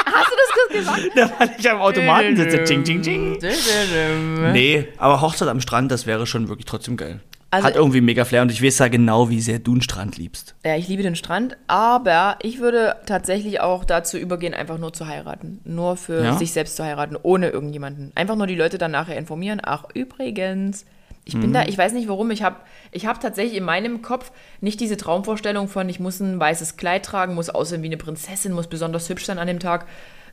S2: Hast du das kurz gesagt?
S1: da weil ich am Automaten sitze. Ding, ding, ding.
S2: Ne?
S1: Nee, aber Hochzeit am Strand, das wäre schon wirklich trotzdem geil.
S2: Also-
S1: Hat irgendwie mega Flair und ich weiß ja genau, wie sehr du einen Strand liebst.
S2: Ja, ich liebe den Strand, aber ich würde tatsächlich auch dazu übergehen, einfach nur zu heiraten. Nur für
S1: Ja?
S2: sich selbst zu heiraten, ohne irgendjemanden. Einfach nur die Leute dann nachher informieren. Ach, übrigens, ich bin da, ich weiß nicht warum, ich habe ich hab tatsächlich in meinem Kopf nicht diese Traumvorstellung von, ich muss ein weißes Kleid tragen, muss aussehen wie eine Prinzessin, muss besonders hübsch sein an dem Tag.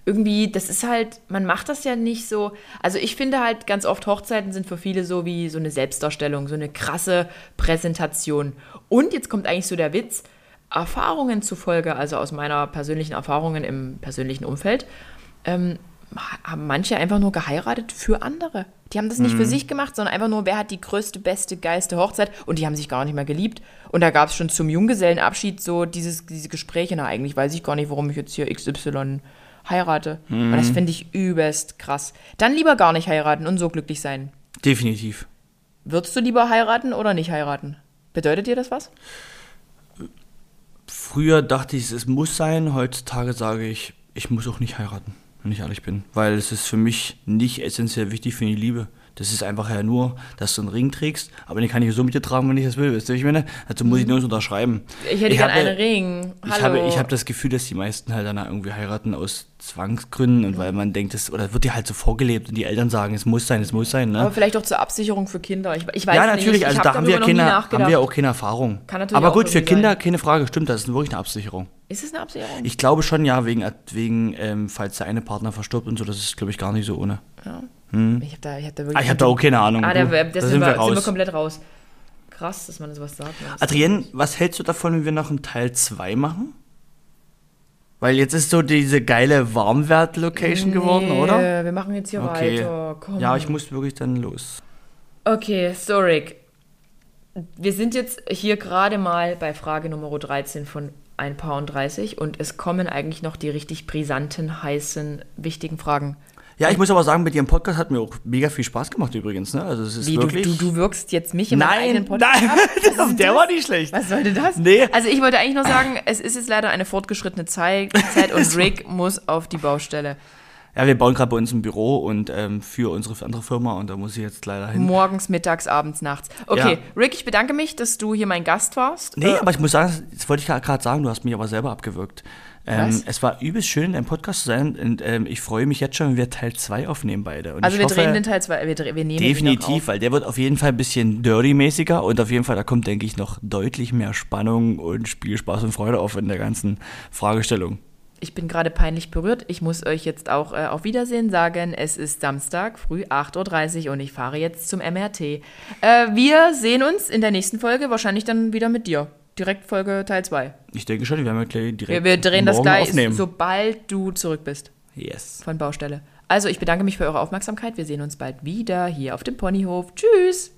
S2: Irgendwie, das ist halt, man macht das ja nicht so. Also ich finde halt ganz oft Hochzeiten sind für viele so wie so eine Selbstdarstellung, so eine krasse Präsentation. Und jetzt kommt eigentlich so der Witz, Erfahrungen zufolge, also aus meiner persönlichen Erfahrungen im persönlichen Umfeld, ähm, ha- haben manche einfach nur geheiratet für andere. Die haben das nicht
S1: Mhm.
S2: für sich gemacht, sondern einfach nur, wer hat die größte, beste, geilste Hochzeit und die haben sich gar nicht mehr geliebt. Und da gab es schon zum Junggesellenabschied so dieses, diese Gespräche, na eigentlich weiß ich gar nicht, warum ich jetzt hier XY heirate. Und
S1: Mhm.
S2: das finde ich übelst krass. Dann lieber gar nicht heiraten und so glücklich sein.
S1: Definitiv.
S2: Würdest du lieber heiraten oder nicht heiraten? Bedeutet dir das was?
S1: Früher dachte ich, es muss sein. Heutzutage sage ich, ich muss auch nicht heiraten, wenn ich ehrlich bin. Weil es ist für mich nicht essentiell wichtig für die Liebe. Das ist einfach ja nur, dass du einen Ring trägst, aber den kann ich so mit dir tragen, wenn ich das will. Weißt du, was ich meine? Dazu muss ich nirgends unterschreiben.
S2: Mhm. Ich hätte gerne
S1: habe-
S2: einen Ring. Hallo.
S1: Ich habe, ich habe das Gefühl, dass die meisten halt dann irgendwie heiraten aus Zwangsgründen
S2: Mhm.
S1: und weil man denkt, das, oder wird dir halt so vorgelebt und die Eltern sagen, es muss sein, es muss sein.
S2: Aber
S1: Ne?
S2: vielleicht auch zur Absicherung für Kinder. Ich, ich weiß
S1: Ja,
S2: nicht.
S1: natürlich,
S2: ich
S1: also
S2: hab
S1: da haben wir, ja
S2: darüber noch nie
S1: keine, haben wir
S2: nachgedacht.
S1: auch keine Erfahrung.
S2: Kann natürlich
S1: aber
S2: auch
S1: gut, für
S2: irgendwie
S1: Kinder
S2: sein.
S1: keine Frage, stimmt, das ist wirklich eine Absicherung.
S2: Ist es eine Absicherung?
S1: Ich glaube schon, ja, wegen, wegen ähm, falls der eine Partner verstirbt und so, das ist, glaube ich, gar nicht so ohne.
S2: Ich habe da, ich hab da wirklich.
S1: Ah, ich habe da auch keine Ahnung.
S2: Ah,
S1: Du,
S2: da, da sind, wir, sind wir
S1: raus. Ah,
S2: komplett raus. Krass, dass man sowas sagt. ne?
S1: Adrienne, was hältst du davon, wenn wir noch einen Teil 2 machen? Weil jetzt ist so diese geile Warmwert-Location geworden,
S2: Nee,
S1: oder?
S2: Äh, Wir machen jetzt hier
S1: Okay.
S2: weiter. Komm.
S1: Ja, ich muss wirklich dann los.
S2: okay, Storik. Wir sind jetzt hier gerade mal bei Frage Nummer 13 von ein paar und 30 und es kommen eigentlich noch die richtig brisanten, heißen, wichtigen Fragen.
S1: Ja, ich muss aber sagen, mit ihrem Podcast hat mir auch mega viel Spaß gemacht übrigens, ne? Also es ist
S2: Wie, du,
S1: wirklich.
S2: du, du wirkst jetzt mich in meinem
S1: nein,
S2: eigenen Podcast
S1: nein,
S2: Was ist denn
S1: der
S2: das?
S1: war nicht schlecht.
S2: Was sollte das?
S1: Nee.
S2: Also ich wollte eigentlich nur sagen, es ist jetzt leider eine fortgeschrittene Zeit, Zeit und Rick muss auf die Baustelle.
S1: Ja, wir bauen gerade bei uns ein Büro und ähm, für unsere andere Firma und da muss ich jetzt leider hin.
S2: Morgens, mittags, abends, nachts. Okay,
S1: Ja.
S2: Rick, ich bedanke mich, dass du hier mein Gast warst. Äh,
S1: Nee, aber ich muss sagen, das wollte ich gerade sagen, du hast mich aber selber abgewürgt. Ähm,
S2: Was?
S1: es war übelst schön, im Podcast zu sein und ähm, ich freue mich jetzt schon, wenn wir Teil 2 aufnehmen beide. Und
S2: Also
S1: ich
S2: wir
S1: hoffe,
S2: drehen den Teil 2, wir, dre- wir nehmen ihn noch
S1: Definitiv, weil der wird auf jeden Fall ein bisschen dirty-mäßiger und auf jeden Fall, da kommt, denke ich, noch deutlich mehr Spannung und Spielspaß und Freude auf in der ganzen Fragestellung.
S2: auf. Ich bin gerade peinlich berührt. Ich muss euch jetzt auch äh, auf Wiedersehen sagen. Es ist Samstag, früh 8.30 Uhr und ich fahre jetzt zum MRT. Äh, wir sehen uns in der nächsten Folge, wahrscheinlich dann wieder mit dir. Direkt Folge Teil 2.
S1: Ich denke schon, wir werden ja gleich direkt
S2: Wir, wir drehen das
S1: morgen
S2: gleich,
S1: aufnehmen.
S2: sobald du zurück bist.
S1: Yes.
S2: von Baustelle. Also, ich bedanke mich für eure Aufmerksamkeit. Wir sehen uns bald wieder hier auf dem Ponyhof. Tschüss!